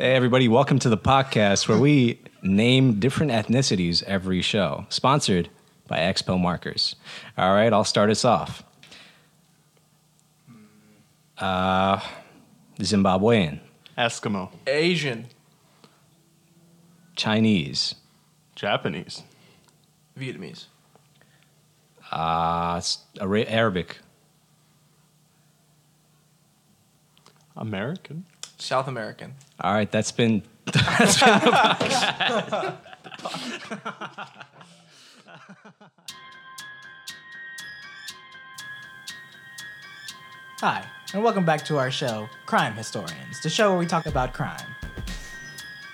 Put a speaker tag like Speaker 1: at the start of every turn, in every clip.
Speaker 1: everybody. Welcome to the podcast where we name different ethnicities every show, sponsored by Expo Markers. All right, I'll start us off. Uh, Zimbabwean,
Speaker 2: Eskimo,
Speaker 3: Asian,
Speaker 1: Chinese,
Speaker 2: Japanese,
Speaker 3: Vietnamese,
Speaker 1: uh, s- Ara- Arabic,
Speaker 2: American.
Speaker 3: South American.
Speaker 1: All right, that's been.
Speaker 4: Hi, and welcome back to our show, Crime Historians, the show where we talk about crime.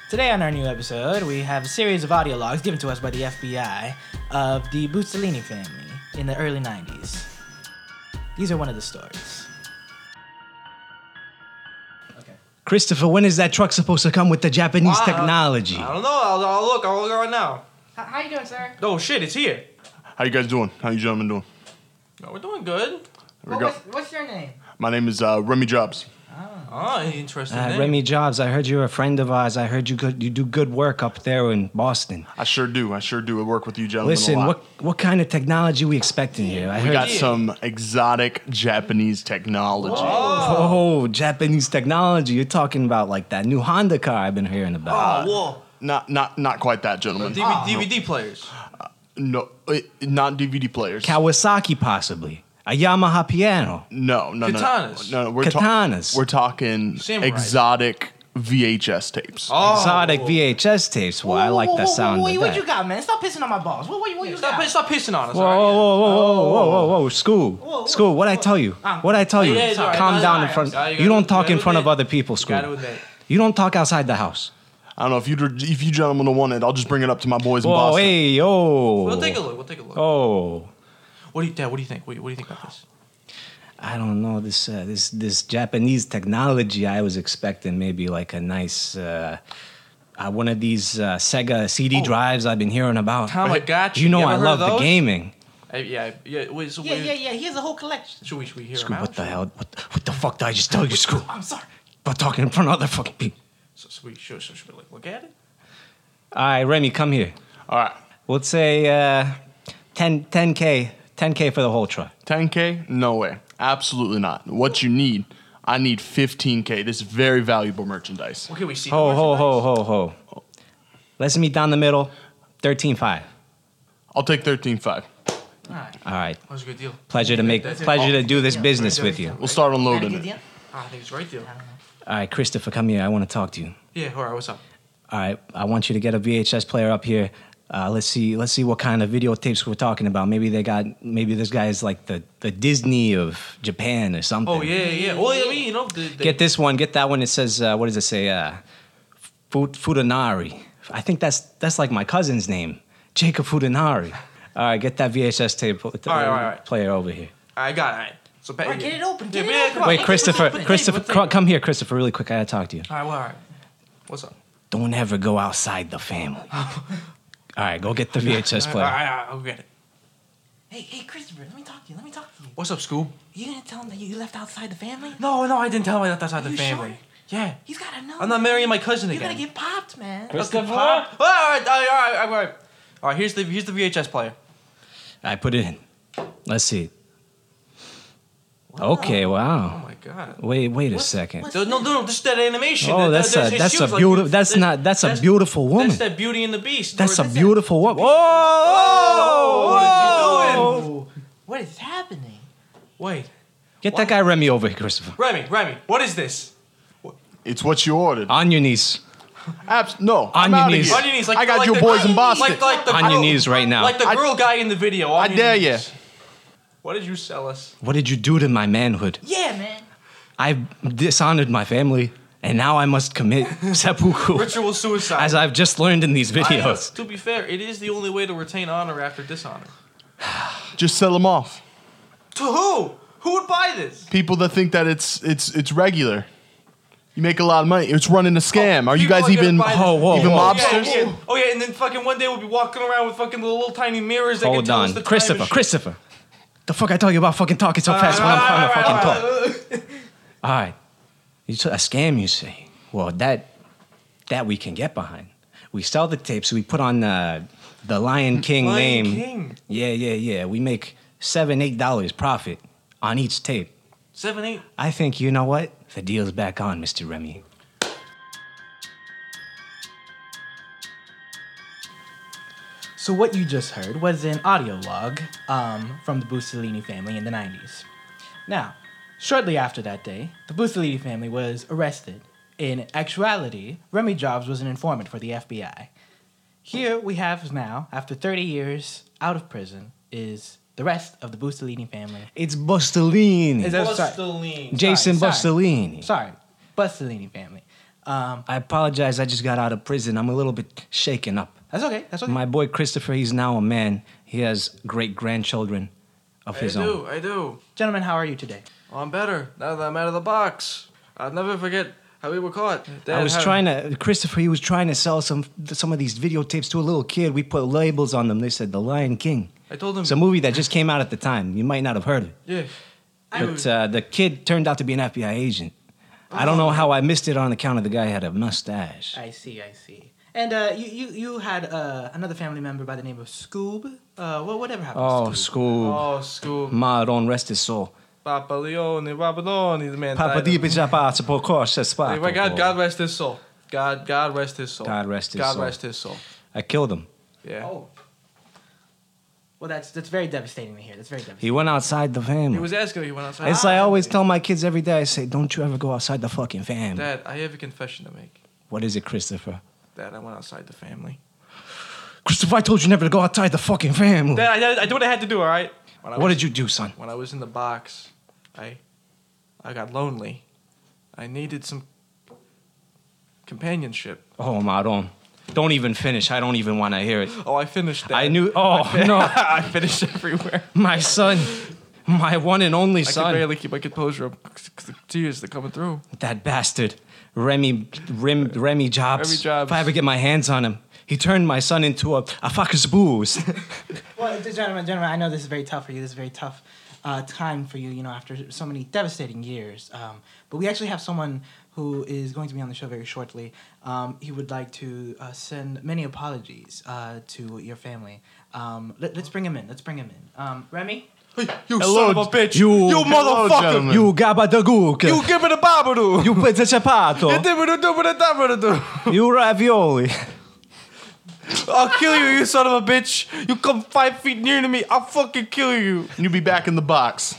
Speaker 4: Today, on our new episode, we have a series of audio logs given to us by the FBI of the Bustellini family in the early 90s. These are one of the stories. Okay.
Speaker 1: Christopher, when is that truck supposed to come with the Japanese
Speaker 3: Wow.
Speaker 1: technology?
Speaker 3: I don't know. I'll, I'll look. I'll look right now.
Speaker 5: How, how you doing, sir?
Speaker 3: Oh shit! It's here.
Speaker 2: How you guys doing? How you gentlemen doing?
Speaker 3: Oh, we're doing good.
Speaker 2: There we
Speaker 4: What
Speaker 2: go.
Speaker 4: was, what's your name?
Speaker 2: My name is uh, Remy Jobs.
Speaker 3: Oh, interesting.
Speaker 1: Uh,
Speaker 3: name.
Speaker 1: Remy Jobs, I heard you're a friend of ours. I heard you good, you do good work up there in Boston.
Speaker 2: I sure do. I sure do. I work with you gentlemen
Speaker 1: Listen,
Speaker 2: a lot.
Speaker 1: what what kind of technology we expecting here? I
Speaker 2: we
Speaker 1: heard
Speaker 2: got some exotic Japanese technology.
Speaker 1: oh, Japanese technology. You're talking about like that new Honda car I've been hearing about.
Speaker 4: Ah,
Speaker 3: Oh, whoa.
Speaker 2: Not, not, not quite that, gentlemen.
Speaker 3: DVD, DVD players.
Speaker 1: Ah,
Speaker 2: No, it, not DVD players.
Speaker 1: Kawasaki possibly. A Yamaha piano.
Speaker 2: no, no, no, no,
Speaker 3: Katanas.
Speaker 2: no. no, We're ta-
Speaker 1: Katanas.
Speaker 2: we're talking
Speaker 3: Samurais.
Speaker 2: exotic VHS tapes.
Speaker 3: Oh,
Speaker 1: Exotic VHS tapes. Well, I like
Speaker 4: Whoa,
Speaker 1: the
Speaker 4: whoa, whoa,
Speaker 1: sound
Speaker 4: What,
Speaker 1: of
Speaker 4: what
Speaker 1: that.
Speaker 4: you got, man? Stop pissing on my balls. What, what, what you
Speaker 3: Stop,
Speaker 4: got?
Speaker 3: stop pissing on us.
Speaker 1: Whoa,
Speaker 3: all right?
Speaker 1: whoa, whoa, whoa, whoa, whoa, whoa, whoa, school.
Speaker 4: whoa,
Speaker 1: school, what I tell you?
Speaker 4: Ah.
Speaker 1: What I tell you?
Speaker 3: Yeah, it's all right.
Speaker 1: Calm
Speaker 3: No, it's
Speaker 1: down
Speaker 3: all
Speaker 1: in
Speaker 3: right.
Speaker 1: front.
Speaker 3: Yeah, you
Speaker 1: You don't
Speaker 3: gotta-
Speaker 1: talk in
Speaker 3: gotta
Speaker 1: front of
Speaker 3: admit-
Speaker 1: other people,
Speaker 3: You gotta
Speaker 1: school.
Speaker 3: admit.
Speaker 1: You don't talk outside the house.
Speaker 2: I don't know if you if you gentlemen don't want it, I'll just bring it up to my boys in
Speaker 1: Whoa,
Speaker 2: Boston.
Speaker 1: hey, oh.
Speaker 3: We'll take a look. We'll take a look.
Speaker 1: Oh.
Speaker 3: What do you, Dad? What do you think? What do you, what do you think about this?
Speaker 1: I don't know this uh, this this Japanese technology. I was expecting maybe like a nice uh, uh, one of these uh, Sega CD
Speaker 3: Oh.
Speaker 1: drives I've been hearing about.
Speaker 3: Tamagotchi.
Speaker 1: You know
Speaker 3: You
Speaker 1: I
Speaker 3: ever heard
Speaker 1: love the
Speaker 3: of those?
Speaker 1: gaming.
Speaker 3: Uh, yeah, yeah. Wait, so
Speaker 4: Yeah,
Speaker 3: we-
Speaker 4: yeah, yeah. He has a whole collection.
Speaker 3: Should we, should we hear
Speaker 1: Screw
Speaker 3: him
Speaker 1: what
Speaker 3: out?
Speaker 1: the hell? What, what the fuck did I just tell you? Screw
Speaker 4: I'm sorry.
Speaker 1: about talking in front of other fucking people.
Speaker 3: So, so we should, so should we like look at it?
Speaker 1: All right, Remy, come here.
Speaker 2: All right,
Speaker 1: Let's say uh, 10 10k 10k for the whole truck.
Speaker 2: 10k? No way. Absolutely not. What you need, I need 15k. This is very valuable merchandise.
Speaker 3: Well, can we see? the
Speaker 1: Ho ho ho
Speaker 3: merchandise?
Speaker 1: ho ho. Let's meet down the middle. 13.5.
Speaker 2: I'll take 13.5.
Speaker 3: All right.
Speaker 1: All right.
Speaker 3: That was a good deal.
Speaker 1: Uh, Pleasure to make
Speaker 3: That's it.
Speaker 1: pleasure to
Speaker 3: Oh.
Speaker 1: do this business with you.
Speaker 2: We'll start
Speaker 4: Had a
Speaker 2: unloading
Speaker 4: good
Speaker 2: it.
Speaker 4: deal?
Speaker 3: Ah, I think it's a great deal.
Speaker 1: All right, Christopher, come here. I want to talk to you.
Speaker 3: Yeah. All right. What's up?
Speaker 1: All right, I want you to get a VHS player up here. Uh, let's see, let's see what kind of videotapes we're talking about. Maybe they got, maybe this guy is like the the Disney of Japan or something.
Speaker 3: Oh yeah, yeah. Well, I mean, you know, the, the,
Speaker 1: Get this one, get that one. It says, uh, what does it say? Uh, Fu- Futanari. I think that's that's like my cousin's name, Jacob Futanari. All right, get that VHS tape uh,
Speaker 3: All right, all right, all right.
Speaker 1: player over here.
Speaker 3: I got it. all right. So Pat,
Speaker 4: All right, get it open, get
Speaker 3: yeah,
Speaker 4: it
Speaker 3: yeah,
Speaker 4: open.
Speaker 3: come on.
Speaker 1: Wait,
Speaker 3: Hey,
Speaker 1: Christopher,
Speaker 3: what's up?
Speaker 1: Christopher,
Speaker 3: What's
Speaker 1: cr-
Speaker 3: up?
Speaker 1: come here, Christopher, really quick. I gotta talk to you.
Speaker 3: All right. Well, all right. What's up?
Speaker 1: Don't ever go outside the family. All right, go get the VHS
Speaker 3: All
Speaker 1: player.
Speaker 3: right. all right, I'll get it.
Speaker 4: Hey, hey, Christopher, let me talk to you. Let me talk to you.
Speaker 3: What's up, Scoob?
Speaker 4: You gonna tell him that you left outside the family?
Speaker 3: No, no, I didn't tell him I left outside the
Speaker 4: You
Speaker 3: family.
Speaker 4: sure?
Speaker 3: Yeah.
Speaker 4: He's gotta know.
Speaker 3: I'm not marrying my cousin
Speaker 4: You're
Speaker 3: again.
Speaker 4: gonna get popped, man.
Speaker 3: Christopher. All right, all right, all right, all right. All right. Here's the here's the VHS player.
Speaker 1: I put it in. Let's see. Okay,
Speaker 3: Oh
Speaker 1: wow.
Speaker 3: my god.
Speaker 1: Wait, wait a
Speaker 4: What's-
Speaker 1: second.
Speaker 4: what's-
Speaker 3: No, no, no, just that animation.
Speaker 1: Oh,
Speaker 3: That-
Speaker 1: that's
Speaker 3: that-
Speaker 1: a
Speaker 3: that-
Speaker 1: that's
Speaker 3: she
Speaker 1: a
Speaker 3: was like-
Speaker 1: beautiful. That's not that's a beautiful woman.
Speaker 3: That's that Beauty and the Beast.
Speaker 1: That's a
Speaker 3: Where-
Speaker 1: beautiful woman. Oh,
Speaker 3: What are you doing?
Speaker 4: What is happening?
Speaker 3: Wait,
Speaker 1: get that guy Remy over here, Christopher.
Speaker 3: Remy, Remy, what is this?
Speaker 2: It's what you ordered.
Speaker 1: On your knees,
Speaker 2: Abs- no,
Speaker 1: On
Speaker 2: I'm
Speaker 1: your
Speaker 2: out of
Speaker 1: knees.
Speaker 2: here.
Speaker 3: On your knees, like
Speaker 2: I got
Speaker 3: like
Speaker 2: you
Speaker 3: the-
Speaker 2: boys in Boston.
Speaker 3: Like, like the
Speaker 1: on your
Speaker 3: girl-
Speaker 1: knees right now.
Speaker 3: Like the
Speaker 2: I-
Speaker 3: girl guy in the video. On
Speaker 2: I
Speaker 3: your
Speaker 2: dare
Speaker 3: knees. What did you sell us?
Speaker 1: What did you do to my manhood?
Speaker 4: Yeah, man.
Speaker 1: I've dishonored my family, and now I must commit seppuku,
Speaker 3: Ritual suicide.
Speaker 1: as I've just learned in these
Speaker 3: I know.
Speaker 1: videos.
Speaker 3: to be fair, it is the only way to retain honor after dishonor.
Speaker 2: Just sell them off.
Speaker 3: To who? Who would buy this?
Speaker 2: People that think that it's it's it's regular. You make a lot of money. It's running a scam. Are you
Speaker 3: People
Speaker 2: guys
Speaker 3: gonna
Speaker 2: even?
Speaker 3: buy this.
Speaker 1: Oh, whoa,
Speaker 2: even
Speaker 1: whoa.
Speaker 2: mobsters?
Speaker 3: Yeah, yeah. Oh yeah, and then fucking one day we'll be walking around with fucking little, little tiny mirrors. That can
Speaker 1: Hold
Speaker 3: tell us the
Speaker 1: on,
Speaker 3: time
Speaker 1: Christopher,
Speaker 3: and shit.
Speaker 1: Christopher. The fuck I tell you about fucking talking so fast when I'm trying
Speaker 3: Ah.
Speaker 1: to fucking talk. All right, you t- a scam, you say? Well, that that we can get behind. We sell the tapes. We put on uh, the Lion King
Speaker 3: Lion
Speaker 1: name.
Speaker 3: King.
Speaker 1: Yeah, yeah, yeah. We make seven, eight dollars profit on each tape.
Speaker 3: Seven, eight.
Speaker 1: I think you know what? The deal's back on, Mr. Remy.
Speaker 4: So what you just heard was an audio log um, from the Bussolini family in the 90s. Now, shortly after that day, the Bussolini family was arrested. In actuality, Remy Jobs was an informant for the FBI. Here we have now, after 30 years out of prison, is the rest of the Bussolini family.
Speaker 1: It's Bustolini.
Speaker 4: Is that- sorry.
Speaker 3: Bustelline.
Speaker 1: Jason
Speaker 4: sorry, sorry.
Speaker 1: Bustolini.
Speaker 4: Sorry, Bussolini family. Um,
Speaker 1: I apologize. I just got out of prison. I'm a little bit shaken up.
Speaker 4: that's okay. That's okay.
Speaker 1: My boy Christopher, he's now a man. He has great grandchildren of
Speaker 3: I
Speaker 1: his own.
Speaker 3: do, I do.
Speaker 4: Gentlemen, how are you today?
Speaker 3: I'm better now that I'm out of the box. I'll never forget how we were caught.
Speaker 1: I was trying to Christopher. He was trying to sell some some of these videotapes to a little kid. We put labels on them. They said The Lion King.
Speaker 3: I told him.
Speaker 1: It's a movie that just came out at the time. You might not have heard it,
Speaker 3: yeah. I
Speaker 1: but
Speaker 3: was- Oh.
Speaker 1: uh, the kid turned out to be an FBI agent. I don't know how I missed it on account of the guy had a mustache.
Speaker 4: I see, I see. And uh, you, you, you had uh, another family member by the name of Scoob. Uh, well, whatever happened
Speaker 1: Oh,
Speaker 4: to Scoob?
Speaker 1: school.
Speaker 3: oh, school.
Speaker 1: Ma don't rest his soul.
Speaker 3: Papa Leone, Papa Leone, the man.
Speaker 1: Papa
Speaker 3: died.
Speaker 1: Deep is up out, support course, that's
Speaker 3: Hey,
Speaker 1: spot.
Speaker 3: my God, God rest his soul. God, God rest his soul.
Speaker 1: God rest his
Speaker 3: God
Speaker 1: soul.
Speaker 3: rest his soul.
Speaker 1: I killed him.
Speaker 3: Yeah.
Speaker 4: Oh. Well, that's that's very devastating to hear. That's very devastating.
Speaker 1: He went outside the family.
Speaker 3: He was asking. He went outside. "Ah,
Speaker 1: it's like I always tell my kids every day. I say, "Don't you ever go outside the fucking family."
Speaker 3: Dad, I have a confession to make.
Speaker 1: what is it, Christopher?
Speaker 3: Dad, I went outside the family.
Speaker 1: Christopher, I told you never to go outside the fucking family.
Speaker 3: Dad, I, did- I did what I had to do. All right. When I
Speaker 1: what
Speaker 3: was,
Speaker 1: did you do, son?
Speaker 3: When I was in the box, I, I got lonely. I needed some companionship.
Speaker 1: Oh, my don't. Don't even finish. I don't even want to hear it.
Speaker 3: Oh, I finished. Dad.
Speaker 1: I knew. Oh no,
Speaker 3: I finished everywhere.
Speaker 1: my son, my one and only
Speaker 3: I could
Speaker 1: son.
Speaker 3: barely keep my composure. The tears that coming through.
Speaker 1: That bastard, Remy, Rem, Remy Jobs.
Speaker 3: Remy Jobs.
Speaker 1: If I ever get my hands on him, he turned my son into a a fucker's booze.
Speaker 4: Well, d- gentlemen, gentlemen, I know this is very tough for you. This is a very tough uh, time for you. You know, after so many devastating years. Um, but we actually have someone who is going to be on the show very shortly. Um, he would like to uh, send many apologies uh, to your family. Um, let, us bring him in. Let's bring him in. Um, Remy.
Speaker 3: You
Speaker 2: Hello,
Speaker 3: son of a bitch.
Speaker 1: you-
Speaker 3: You,
Speaker 1: Hello,
Speaker 3: motherfucker.
Speaker 2: gentlemen.
Speaker 1: you gabadogook.
Speaker 3: You give me the babadoo.
Speaker 1: you pizzaciapato.
Speaker 3: I'll
Speaker 1: you ravioli.
Speaker 3: kill you, you son of a bitch. You come five feet near to me, I'll fucking kill you.
Speaker 2: And you'll be back in the box.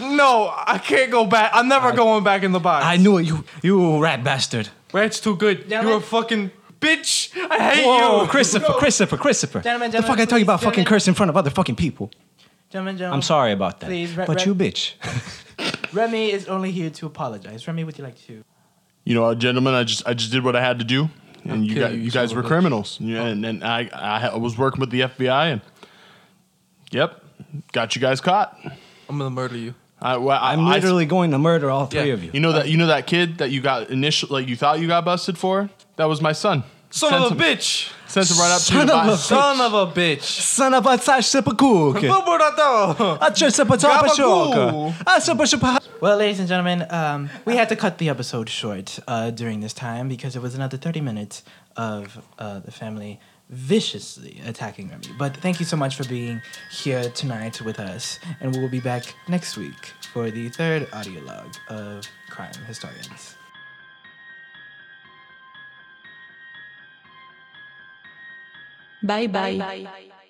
Speaker 3: No, I can't go back. I'm never going back in the box.
Speaker 1: I knew it. You you rat bastard.
Speaker 3: Rat's too good.
Speaker 4: Damn
Speaker 3: You're
Speaker 4: it.
Speaker 3: a fucking bitch. I hate
Speaker 1: Whoa,
Speaker 3: you.
Speaker 1: Christopher, Christopher, Christopher.
Speaker 4: Gentlemen,
Speaker 1: the fuck
Speaker 4: gentlemen,
Speaker 1: I tell you about
Speaker 4: please,
Speaker 1: fucking
Speaker 4: gentlemen.
Speaker 1: curse in front of other fucking people.
Speaker 4: Gentlemen, gentlemen.
Speaker 1: I'm sorry about that.
Speaker 4: Please, re-
Speaker 1: but
Speaker 4: re-
Speaker 1: you bitch.
Speaker 4: Remy is only here to apologize. Remy, would you like to?
Speaker 2: You know, gentlemen, I just I just did what I had to do, and you
Speaker 3: kill
Speaker 2: guys
Speaker 3: you,
Speaker 2: you,
Speaker 3: you
Speaker 2: guys
Speaker 3: son
Speaker 2: were
Speaker 3: of a bitch. Oh.
Speaker 2: criminals, Yeah, and, and I I was working with the FBI, and yep, got you guys caught.
Speaker 3: I'm gonna murder you.
Speaker 2: I, well, I-
Speaker 1: I'm
Speaker 2: I-
Speaker 1: literally going to murder all three
Speaker 3: Yeah.
Speaker 1: of you.
Speaker 2: you know that you know that kid that you got initial like you thought you got busted for. That was my son.
Speaker 3: Son
Speaker 2: Sent
Speaker 3: of a
Speaker 2: him-
Speaker 3: bitch.
Speaker 2: Sent him right up
Speaker 1: Son
Speaker 2: to
Speaker 1: of
Speaker 2: the
Speaker 1: a
Speaker 2: box.
Speaker 3: Son of a bitch.
Speaker 1: Son of a sash super cook.
Speaker 3: Babarado.
Speaker 1: A chur super
Speaker 3: Gabagoo.
Speaker 1: A super super.
Speaker 4: Well, ladies and gentlemen, um, we had to cut the episode short uh, during this time because it was another 30 minutes of uh, the family viciously attacking Remy. But thank you so much for being here tonight with us, and we will be back next week for the third audio log of Crime Historians.
Speaker 5: Bye bye. bye, bye.